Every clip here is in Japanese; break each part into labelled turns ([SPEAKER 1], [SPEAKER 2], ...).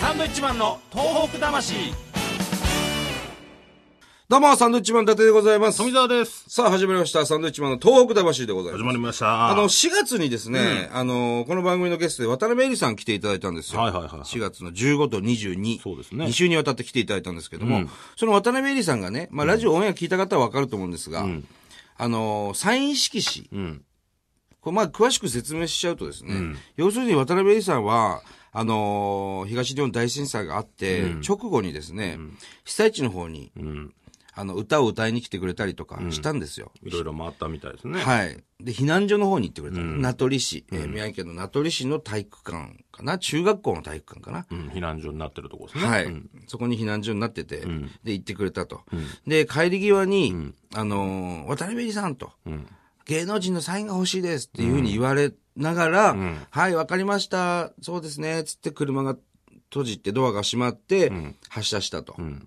[SPEAKER 1] サンドイッチマンの東北魂
[SPEAKER 2] どうも、サンドイッチマン伊達でございます。
[SPEAKER 3] 富澤です。
[SPEAKER 2] さあ、始まりました。サンドイッチマンの東北魂でござい
[SPEAKER 3] 始
[SPEAKER 2] ます。
[SPEAKER 3] まりました。
[SPEAKER 2] あの、4月にですね、あの、この番組のゲストで渡辺恵里さん来ていただいたんですよ。
[SPEAKER 3] はいはいはいはい
[SPEAKER 2] 4月の15と22。
[SPEAKER 3] そうですね
[SPEAKER 2] 2週にわたって来ていただいたんですけども、その渡辺恵里さんがね、まあ、ラジオオンエア聞いた方はわかると思うんですが、あの、サイン色紙。
[SPEAKER 3] ん
[SPEAKER 2] これ、まあ、詳しく説明しちゃうとですね、要するに渡辺恵里さんは、あの東日本大震災があって、直後にですね、被災地の方に、
[SPEAKER 3] うん。
[SPEAKER 2] あの、歌を歌いに来てくれたりとかしたんですよ。
[SPEAKER 3] いろいろ回ったみたいですね。
[SPEAKER 2] はい。で、避難所の方に行ってくれた。名取市、えー宮城県の名取市の体育館かな中学校の体育館かな、
[SPEAKER 3] うん。避難所になってるとこですね。
[SPEAKER 2] はい、
[SPEAKER 3] うん
[SPEAKER 2] そこに避難所になってて、で、行ってくれたと。で、帰り際に、あのー渡辺里さんと、
[SPEAKER 3] ん
[SPEAKER 2] 芸能人のサインが欲しいですっていうふうに言われながら、はい、わかりました。そうですね。つって車が閉じて、ドアが閉まって、発車したと。
[SPEAKER 3] ん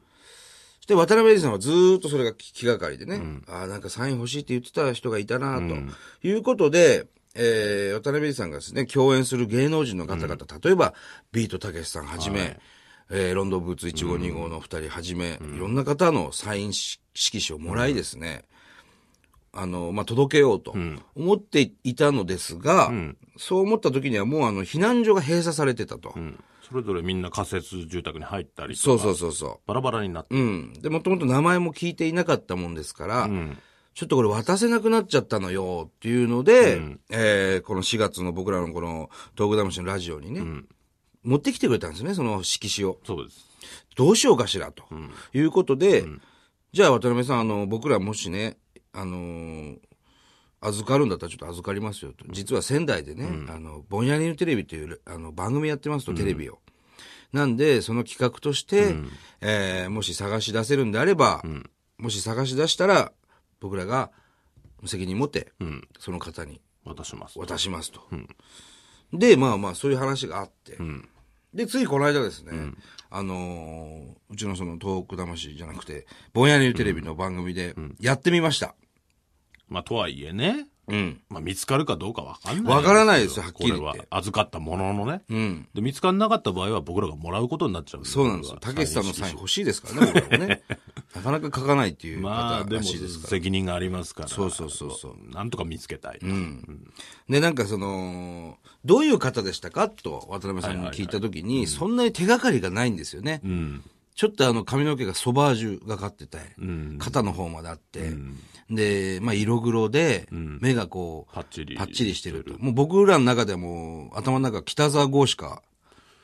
[SPEAKER 2] そして渡辺里さんはずーっとそれが気気がかりでね、ああ、なんかサイン欲しいって言ってた人がいたなと、いうことで、えー、渡辺里さんがですね、共演する芸能人の方々、例えば、ビートたけしさんはじめ、えーロンドンブーツ152号のお二人はじめ、いろんな方のサインし色紙をもらいですね、あの、まあ、届けようと思っていたのですが、そう思った時にはもうあの、避難所が閉鎖されてたと。
[SPEAKER 3] うん。それぞれみんな仮設住宅に入ったりとか。
[SPEAKER 2] そうそうそうそう。
[SPEAKER 3] バラバラになって。
[SPEAKER 2] うん。で、もともと名前も聞いていなかったもんですから、
[SPEAKER 3] ん
[SPEAKER 2] ちょっとこれ渡せなくなっちゃったのよっていうので、えーこの4月の僕らのこの東北魂のラジオにね、持ってきてくれたんですね、その色紙を。
[SPEAKER 3] そうです。
[SPEAKER 2] どうしようかしらと、いうことで、じゃあ渡辺さん、あの、僕らもしね、あのー預かるんだったらちょっと預かりますよと。実は仙台でね、あの、ぼんやりのテレビというあの番組やってますと、テレビを。なんで、その企画として、えーもし探し出せるんであれば、もし探し出したら、僕らが責任持って、
[SPEAKER 3] うん。
[SPEAKER 2] その方に
[SPEAKER 3] 渡します。
[SPEAKER 2] 渡しますと。で、まあまあ、そういう話があって。
[SPEAKER 3] ん
[SPEAKER 2] で、ついこの間ですね、あのーうちのその東北魂じゃなくて、ぼんやりテレビの番組で、やってみました。
[SPEAKER 3] まあ、とはいえね。
[SPEAKER 2] うん。
[SPEAKER 3] まあ、見つかるかどうかわかんない。
[SPEAKER 2] わからないですよはっきり言って
[SPEAKER 3] これは預かったもののね。
[SPEAKER 2] うん。
[SPEAKER 3] で、見つからなかった場合は僕らがもらうことになっちゃうん
[SPEAKER 2] そうなんですよ。たけしさんのサイン欲しいですからね、僕らも ね。なかなか書かないっていう
[SPEAKER 3] まあ、
[SPEAKER 2] 方
[SPEAKER 3] で
[SPEAKER 2] ら
[SPEAKER 3] も
[SPEAKER 2] しいですから。
[SPEAKER 3] 責任がありますから。
[SPEAKER 2] そうそうそうそう。
[SPEAKER 3] なんとか見つけたい。
[SPEAKER 2] うんで、なんかその、どういう方でしたかと渡辺さんに聞いたときに、そんなに手がかりがないんですよね。
[SPEAKER 3] うん。
[SPEAKER 2] ちょっとあの髪の毛がソバージュがかってて、
[SPEAKER 3] うん。
[SPEAKER 2] 肩の方まであって、で、まあ色黒で、目がこう、
[SPEAKER 3] パッチリ
[SPEAKER 2] パッチリしてると。もう僕らの中でもう頭の中北沢豪しか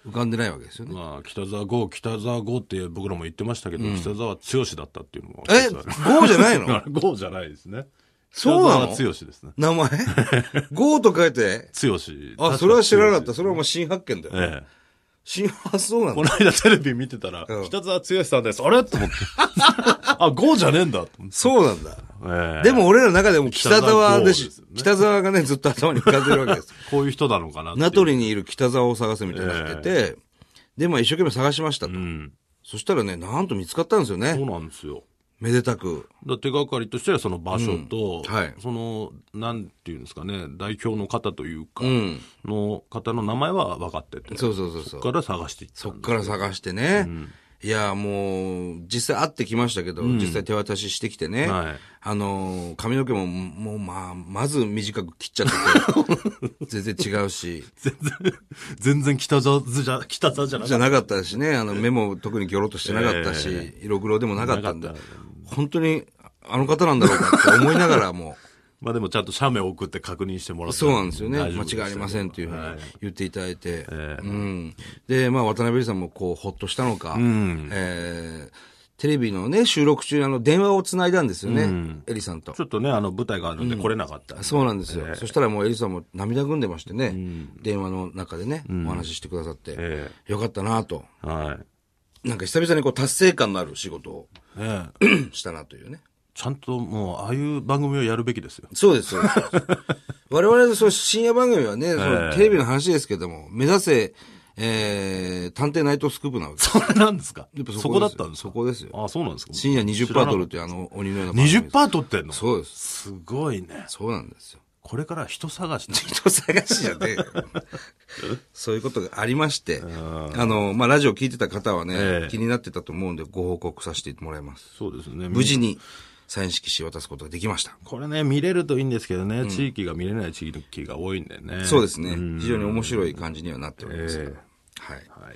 [SPEAKER 2] 浮かんでないわけですよね。
[SPEAKER 3] まあ、北沢豪、北沢豪って僕らも言ってましたけど、北沢剛だったっていうのも。
[SPEAKER 2] え、豪じゃないの
[SPEAKER 3] あれ豪じゃないですね。
[SPEAKER 2] そうなの
[SPEAKER 3] 北沢剛ですね。
[SPEAKER 2] 名前豪と書いて。
[SPEAKER 3] 剛。
[SPEAKER 2] あ、それは知らなかった。
[SPEAKER 3] 確
[SPEAKER 2] それはもう新発見だよ。
[SPEAKER 3] ええ。
[SPEAKER 2] 新発想なん
[SPEAKER 3] こ
[SPEAKER 2] だ。
[SPEAKER 3] の間テレビ見てたら、
[SPEAKER 2] うん
[SPEAKER 3] 北沢剛さんです。あれと思って。 あ、豪じゃねえんだと思って。
[SPEAKER 2] そうなんだ。
[SPEAKER 3] ええ
[SPEAKER 2] でも俺らの中でも北沢で
[SPEAKER 3] 北沢豪です
[SPEAKER 2] し
[SPEAKER 3] よ、ね
[SPEAKER 2] 北沢がね、ずっと頭に浮かんでるわけです。
[SPEAKER 3] こういう人なのかなっていう
[SPEAKER 2] 名取にいる北沢を探せみたいになってて、で、まあ一生懸命探しましたと。
[SPEAKER 3] うん。
[SPEAKER 2] そしたらね、なんと見つかったんですよ
[SPEAKER 3] そう
[SPEAKER 2] ね。
[SPEAKER 3] なんですよ。
[SPEAKER 2] めでたく。
[SPEAKER 3] だ手がかりとしてはその場所と、
[SPEAKER 2] うんはい
[SPEAKER 3] その、なんていうんですかね、代表の方というか、
[SPEAKER 2] うん。
[SPEAKER 3] の方の名前は分かってて、
[SPEAKER 2] そうそうそうそう。
[SPEAKER 3] から探していった
[SPEAKER 2] そ
[SPEAKER 3] ん
[SPEAKER 2] っ
[SPEAKER 3] です
[SPEAKER 2] から探してね。いや、もう、実際会ってきましたけど、実際手渡ししてきてね。
[SPEAKER 3] はい
[SPEAKER 2] あのー、髪の毛も、もう、まあ、まず短く切っちゃって て、全然違うし、
[SPEAKER 3] 全然北沢じゃ、北沢じゃな
[SPEAKER 2] じゃなかったしね、あの、目も特にギョロっとしてなかったし、
[SPEAKER 3] え
[SPEAKER 2] 色黒でもなかったんで
[SPEAKER 3] なかっ、
[SPEAKER 2] 本当に、あの方なんだろうかって思いながらも、
[SPEAKER 3] まあでもちゃんと写メ送って確認してもらって。
[SPEAKER 2] そうなんですよね。間
[SPEAKER 3] 大丈夫でした
[SPEAKER 2] 違いありませんというふうに
[SPEAKER 3] はい
[SPEAKER 2] 言っていただい
[SPEAKER 3] え
[SPEAKER 2] て。
[SPEAKER 3] え
[SPEAKER 2] うん。で、まあ、渡辺さんもこう、ほっとしたのか、
[SPEAKER 3] ん
[SPEAKER 2] えーテレビのね、収録中にあの、電話をつないだんですよね。エリさんと
[SPEAKER 3] ち。ょっとね、あの、舞台があるんで来れなかったんで。
[SPEAKER 2] そうなんですよ。そしたらもうエリさんも涙ぐんでましてね、電話の中でね、お話ししてくださって、
[SPEAKER 3] え
[SPEAKER 2] よかったなと。
[SPEAKER 3] はい。
[SPEAKER 2] なんか久々にこう、達成感のある仕事を
[SPEAKER 3] ねえ
[SPEAKER 2] したなというね。
[SPEAKER 3] ちゃんともう、ああいう番組をやるべきですよ。
[SPEAKER 2] そうです、そうです。我々のその深夜番組はね、そ
[SPEAKER 3] え
[SPEAKER 2] の
[SPEAKER 3] え
[SPEAKER 2] テレビの話ですけども、目指せ、えー、探偵ナイトスクープなわけです。
[SPEAKER 3] それなんですか
[SPEAKER 2] やっぱ
[SPEAKER 3] そこ
[SPEAKER 2] ですよ
[SPEAKER 3] だったんですか
[SPEAKER 2] そこですよ。
[SPEAKER 3] あ、そうなんですか
[SPEAKER 2] 深夜20%取る
[SPEAKER 3] る。
[SPEAKER 2] というあの鬼のような番組です。
[SPEAKER 3] 20%取ってんの
[SPEAKER 2] そうです。
[SPEAKER 3] すごいね。
[SPEAKER 2] そうなんですよ。
[SPEAKER 3] これから人探しだ
[SPEAKER 2] 人探しじゃねえよそういうことがありまして、あの、まあ、ラジオ聞いてた方はね、
[SPEAKER 3] ええ
[SPEAKER 2] 気になってたと思うんで、ご報告させてもらいます。
[SPEAKER 3] そうですね。
[SPEAKER 2] 無事に、サイン色紙渡すことができました。
[SPEAKER 3] これね、見れるといいんですけどね、地域が見れない地域が多いんでね。
[SPEAKER 2] そうですね。非常に面白い感じにはなっておりますが。
[SPEAKER 3] え
[SPEAKER 2] はい。
[SPEAKER 3] はい。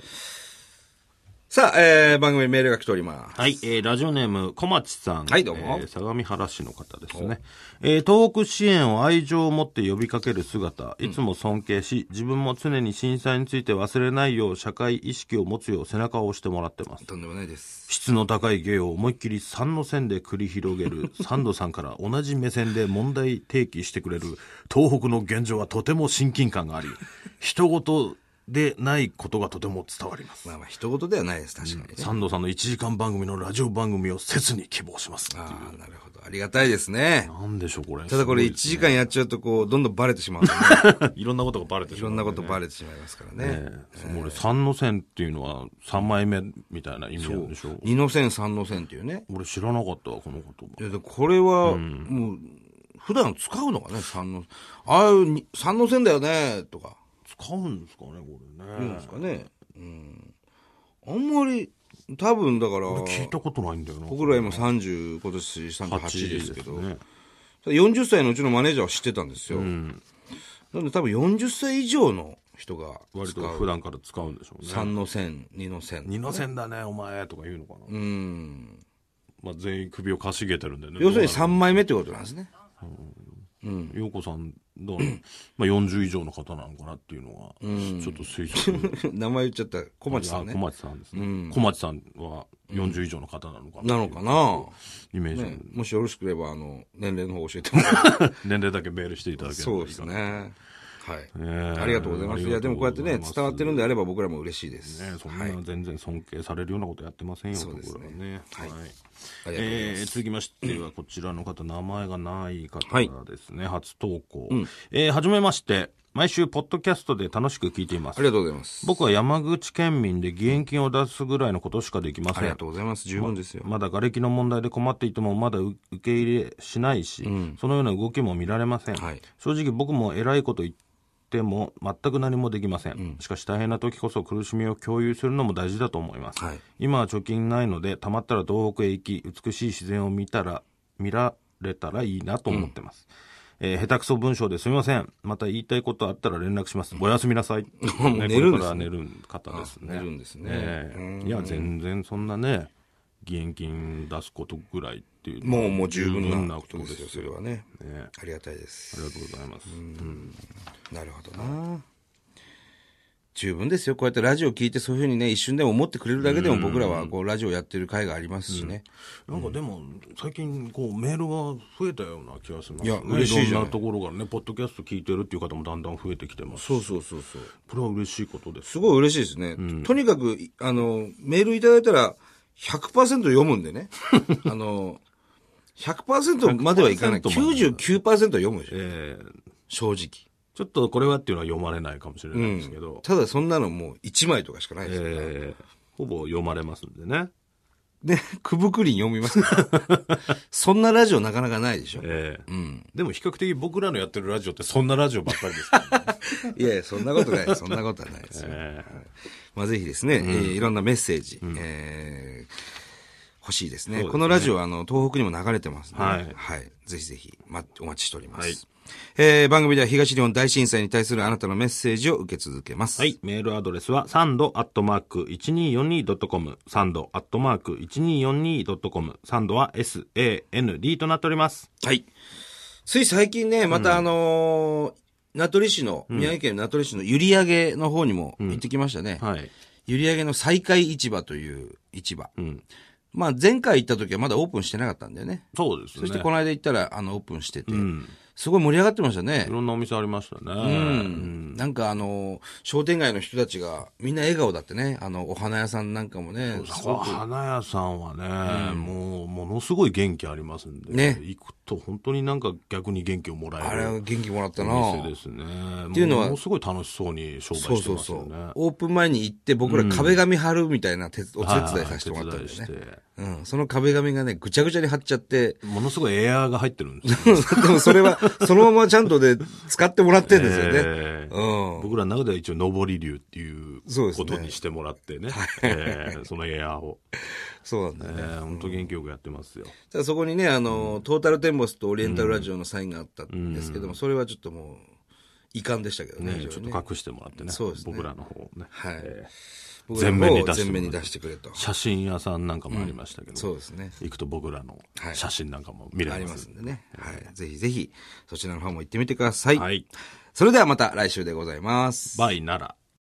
[SPEAKER 2] さあ、えー、番組メールが来ております。
[SPEAKER 3] はい、えーラジオネーム、小町さん。
[SPEAKER 2] はいどうも
[SPEAKER 3] えー相模原市の方ですね。えー東北支援を愛情を持って呼びかける姿、いつも尊敬し、自分も常に震災について忘れないよう、社会意識を持つよう背中を押してもらってます。
[SPEAKER 2] とんでもないです。
[SPEAKER 3] 質の高い芸を思いっきり3の線で繰り広げ るサンドさんから同じ目線で問題提起してくれる東北の現状はとても親近感があり、人事でないことがとても伝わります。
[SPEAKER 2] まあまあ、人事ではないです、確かにね。
[SPEAKER 3] サンドさんの1時間番組のラジオ番組を切に希望します。
[SPEAKER 2] ああ、なるほど。ありがたいですね。
[SPEAKER 3] なんでしょう、これ。
[SPEAKER 2] ただこれ1
[SPEAKER 3] す
[SPEAKER 2] 時間やっちゃうと、こう、どんどんバレてしまうんでね、
[SPEAKER 3] ごいですねいろんなことがバレて
[SPEAKER 2] い
[SPEAKER 3] しま
[SPEAKER 2] ろ
[SPEAKER 3] う、
[SPEAKER 2] んなことバレてしまいますからね。
[SPEAKER 3] ね。そう俺、三の線っていうのは3枚目みたいな意味なんでしょう。
[SPEAKER 2] 二の線、三の線っていうね。
[SPEAKER 3] 俺知らなかったわ、この言
[SPEAKER 2] いやでこれは、もう、普段使うのかね、三の、ああいうに三の線だよね、とか、
[SPEAKER 3] 葉。使うんですかね、これ
[SPEAKER 2] 言うん
[SPEAKER 3] ね
[SPEAKER 2] です。かね。うん。あんまり、多分だから、
[SPEAKER 3] 聞いたことないんだよな。
[SPEAKER 2] 僕ら今30、今年38ですけど、
[SPEAKER 3] ね。
[SPEAKER 2] 40歳のうちのマネージャーは知ってたんですよ。なんで多分40歳以上の人が
[SPEAKER 3] 割
[SPEAKER 2] 使
[SPEAKER 3] と
[SPEAKER 2] う
[SPEAKER 3] 普段から使うんでしょうね。
[SPEAKER 2] 3の線、2の線。
[SPEAKER 3] 二の線だね、お前とか言うのかな。
[SPEAKER 2] うん。
[SPEAKER 3] まあ、全員首をかしげてるんでね。
[SPEAKER 2] 要するに3枚目ってことなんですね。
[SPEAKER 3] 陽子さんどうなのまあ40以上の方なのかなっていうのは、ちょっと推測。
[SPEAKER 2] 名前言っちゃった。小町さん
[SPEAKER 3] あ
[SPEAKER 2] ね
[SPEAKER 3] 小。町さんですね、小町さんは40以上の方なのかな
[SPEAKER 2] なのかな、
[SPEAKER 3] イメージ、
[SPEAKER 2] ね、もしよろしければ、あの、年齢の方教え てもら
[SPEAKER 3] 年齢だけメールしていただければ
[SPEAKER 2] そうですね。はい、
[SPEAKER 3] ね
[SPEAKER 2] ありがとうございます。いや、でもこうやってね、伝わってるん
[SPEAKER 3] だ
[SPEAKER 2] であれば僕らも嬉しいです。
[SPEAKER 3] ねそんな全然尊敬されるようなことやってませんよ、
[SPEAKER 2] そうです
[SPEAKER 3] 僕
[SPEAKER 2] ね
[SPEAKER 3] らはね
[SPEAKER 2] はい
[SPEAKER 3] はい
[SPEAKER 2] ありがとうござい
[SPEAKER 3] え
[SPEAKER 2] ます。
[SPEAKER 3] ー続きましては、こちらの方、名前がない方
[SPEAKER 2] はい
[SPEAKER 3] ですね、初投稿。えーはじめまして、毎週、ポッドキャストで楽しく聞いていま
[SPEAKER 2] あ
[SPEAKER 3] す
[SPEAKER 2] り。がとうございます。
[SPEAKER 3] 僕は山口県民で義援金を出すぐらいのことしかできませ
[SPEAKER 2] あ
[SPEAKER 3] ん
[SPEAKER 2] り。がとうございます。十分ですよ。
[SPEAKER 3] まだ瓦礫の問題で困っていてもまだ受け入れしないし、そのような動きも見られません、
[SPEAKER 2] はい
[SPEAKER 3] 正直僕も偉いこと言っても全く何もできません、しかし大変な時こそ苦しみを共有するのも大事だと思います、
[SPEAKER 2] はい
[SPEAKER 3] 今は貯金ないのでたまったら東北へ行き美しい自然を見たら見られたらいいなと思ってます、えー下手くそ文章ですみません。また言いたいことあったら連絡し ます。おやすみなさい。
[SPEAKER 2] もう寝るんですね
[SPEAKER 3] これから寝る方ですね。
[SPEAKER 2] あ寝るんですね
[SPEAKER 3] ええいや、全然そんなね、義援金出すことぐらいっていうのは
[SPEAKER 2] もう、もう十分なことです
[SPEAKER 3] ね
[SPEAKER 2] よ、それはね。
[SPEAKER 3] ね
[SPEAKER 2] ありがたいで
[SPEAKER 3] あり
[SPEAKER 2] す。
[SPEAKER 3] がとうございます。
[SPEAKER 2] なるほどな。十分ですよ。こうやってラジオ聞いて、そういうふうにね、一瞬でも思ってくれるだけでも僕らは、こう、ラジオやってる回がありますしね。
[SPEAKER 3] なんかでも、最近こうメールが増えたような気がしますね。
[SPEAKER 2] いや嬉しいじゃない
[SPEAKER 3] ろんなところからね、ポッドキャスト聞いてるっていう方もだんだん増えてきてます。
[SPEAKER 2] そうそうそうそう。
[SPEAKER 3] これは嬉しいことです。
[SPEAKER 2] すごい嬉しいですね。とにかく、いあの、メールいただいたら、100%読むん でね。あの、100%まではいかない。
[SPEAKER 3] 100%まで
[SPEAKER 2] 99%読むでしょ。
[SPEAKER 3] ええ
[SPEAKER 2] 正直。
[SPEAKER 3] ちょっとこれはっていうのは読まれないかもしれないですけど、
[SPEAKER 2] ただそんなのもう1枚とかしかないですから。
[SPEAKER 3] ええほぼ読まれますんでね。
[SPEAKER 2] で、くぶくりん読み ますから。そんなラジオなかなかないでしょ。
[SPEAKER 3] ええ
[SPEAKER 2] うん。
[SPEAKER 3] でも比較的僕らのやってるラジオってそんなラジオばっかりですからね。
[SPEAKER 2] いやいや、そんなことない。そんなことはないですよ。
[SPEAKER 3] ええ
[SPEAKER 2] まあ、ぜひですね、えーいろんなメッセージ、えー欲しいです
[SPEAKER 3] そ
[SPEAKER 2] ね。
[SPEAKER 3] うですね
[SPEAKER 2] このラジオは、あの、東北にも流れてますので、
[SPEAKER 3] はい
[SPEAKER 2] ぜひぜひ、ま、お待ちしております。
[SPEAKER 3] はい
[SPEAKER 2] えー番組では東日本大震災に対するあなたのメッセージを受け続けます。
[SPEAKER 3] はい。メールアドレスは、サンドアットマーク 1242.com、サンドアットマーク 1242.com、サンドは SAND となっております。
[SPEAKER 2] はい。つい最近ね、またあのー名取市の、宮城県名取市の閖上の方にも行ってきましたね。
[SPEAKER 3] はい。
[SPEAKER 2] 閖上の再開市場という市場。
[SPEAKER 3] うん。
[SPEAKER 2] まあ前回行った時はまだオープンしてなかったんだよね。
[SPEAKER 3] そうですね。
[SPEAKER 2] そしてこの間行ったら、あの、オープンしてて、
[SPEAKER 3] うん。
[SPEAKER 2] すごい盛り上がってましたね
[SPEAKER 3] い。ろんなお店ありましたね。う
[SPEAKER 2] うん。なんかあの、商店街の人たちが、みんな笑顔だってね、あの、お花屋さんなんかもね、す
[SPEAKER 3] そ
[SPEAKER 2] ご
[SPEAKER 3] こ
[SPEAKER 2] く
[SPEAKER 3] 花屋さんはね、もう、ものすごい元気ありますんで、
[SPEAKER 2] ね
[SPEAKER 3] 行くと本当になんか逆に元気をもら
[SPEAKER 2] あ
[SPEAKER 3] え
[SPEAKER 2] れは
[SPEAKER 3] る
[SPEAKER 2] 元気もらったな
[SPEAKER 3] お店ですね。
[SPEAKER 2] ていうのは
[SPEAKER 3] もものすごい楽しそうに商売
[SPEAKER 2] そう
[SPEAKER 3] して
[SPEAKER 2] そう
[SPEAKER 3] ます
[SPEAKER 2] そ
[SPEAKER 3] よね。
[SPEAKER 2] う。オープン前に行って、僕ら壁紙貼るみたいな手、お手伝いさせてもらったんです
[SPEAKER 3] はい手
[SPEAKER 2] ね。
[SPEAKER 3] 伝いして
[SPEAKER 2] うん。その壁紙がね、ぐちゃぐちゃに貼っちゃって、
[SPEAKER 3] ものすごいエアーが入ってるんですよ
[SPEAKER 2] でもそれは、そのままちゃんとで使ってもらってんですよね。
[SPEAKER 3] ええ
[SPEAKER 2] うん。
[SPEAKER 3] 僕らの中では一応上り流っていう
[SPEAKER 2] そうです
[SPEAKER 3] こ
[SPEAKER 2] ね
[SPEAKER 3] とにしてもらってね。ええそのエアーを。
[SPEAKER 2] そうなんだよ
[SPEAKER 3] え
[SPEAKER 2] ね。
[SPEAKER 3] え本当元気よくやってますよ。
[SPEAKER 2] ただそこにね、あの、トータルテンボスとオリエンタルラジオのサインがあったんですけども、それはちょっともう、遺憾でしたけどね。
[SPEAKER 3] ね
[SPEAKER 2] 非
[SPEAKER 3] ち
[SPEAKER 2] 常
[SPEAKER 3] ょ
[SPEAKER 2] に
[SPEAKER 3] っ
[SPEAKER 2] ね
[SPEAKER 3] と隠してもらってね。
[SPEAKER 2] そうですね
[SPEAKER 3] 僕らの方をね。
[SPEAKER 2] はい
[SPEAKER 3] ええ
[SPEAKER 2] 僕らの
[SPEAKER 3] 前面に
[SPEAKER 2] 方
[SPEAKER 3] 出
[SPEAKER 2] を
[SPEAKER 3] して
[SPEAKER 2] 前
[SPEAKER 3] もらう
[SPEAKER 2] 面に出してくれと。
[SPEAKER 3] 写真屋さんなんかもありましたけど。
[SPEAKER 2] そうですね。
[SPEAKER 3] 行くと僕らの
[SPEAKER 2] はい
[SPEAKER 3] 写真なんかも見ら
[SPEAKER 2] あ
[SPEAKER 3] れ
[SPEAKER 2] り
[SPEAKER 3] ま
[SPEAKER 2] ますす
[SPEAKER 3] ん
[SPEAKER 2] ん
[SPEAKER 3] で。
[SPEAKER 2] でね。はい。ぜひぜひ、そちらの方も行ってみてください。
[SPEAKER 3] はい。
[SPEAKER 2] それではまた来週でございます。
[SPEAKER 3] バイなら。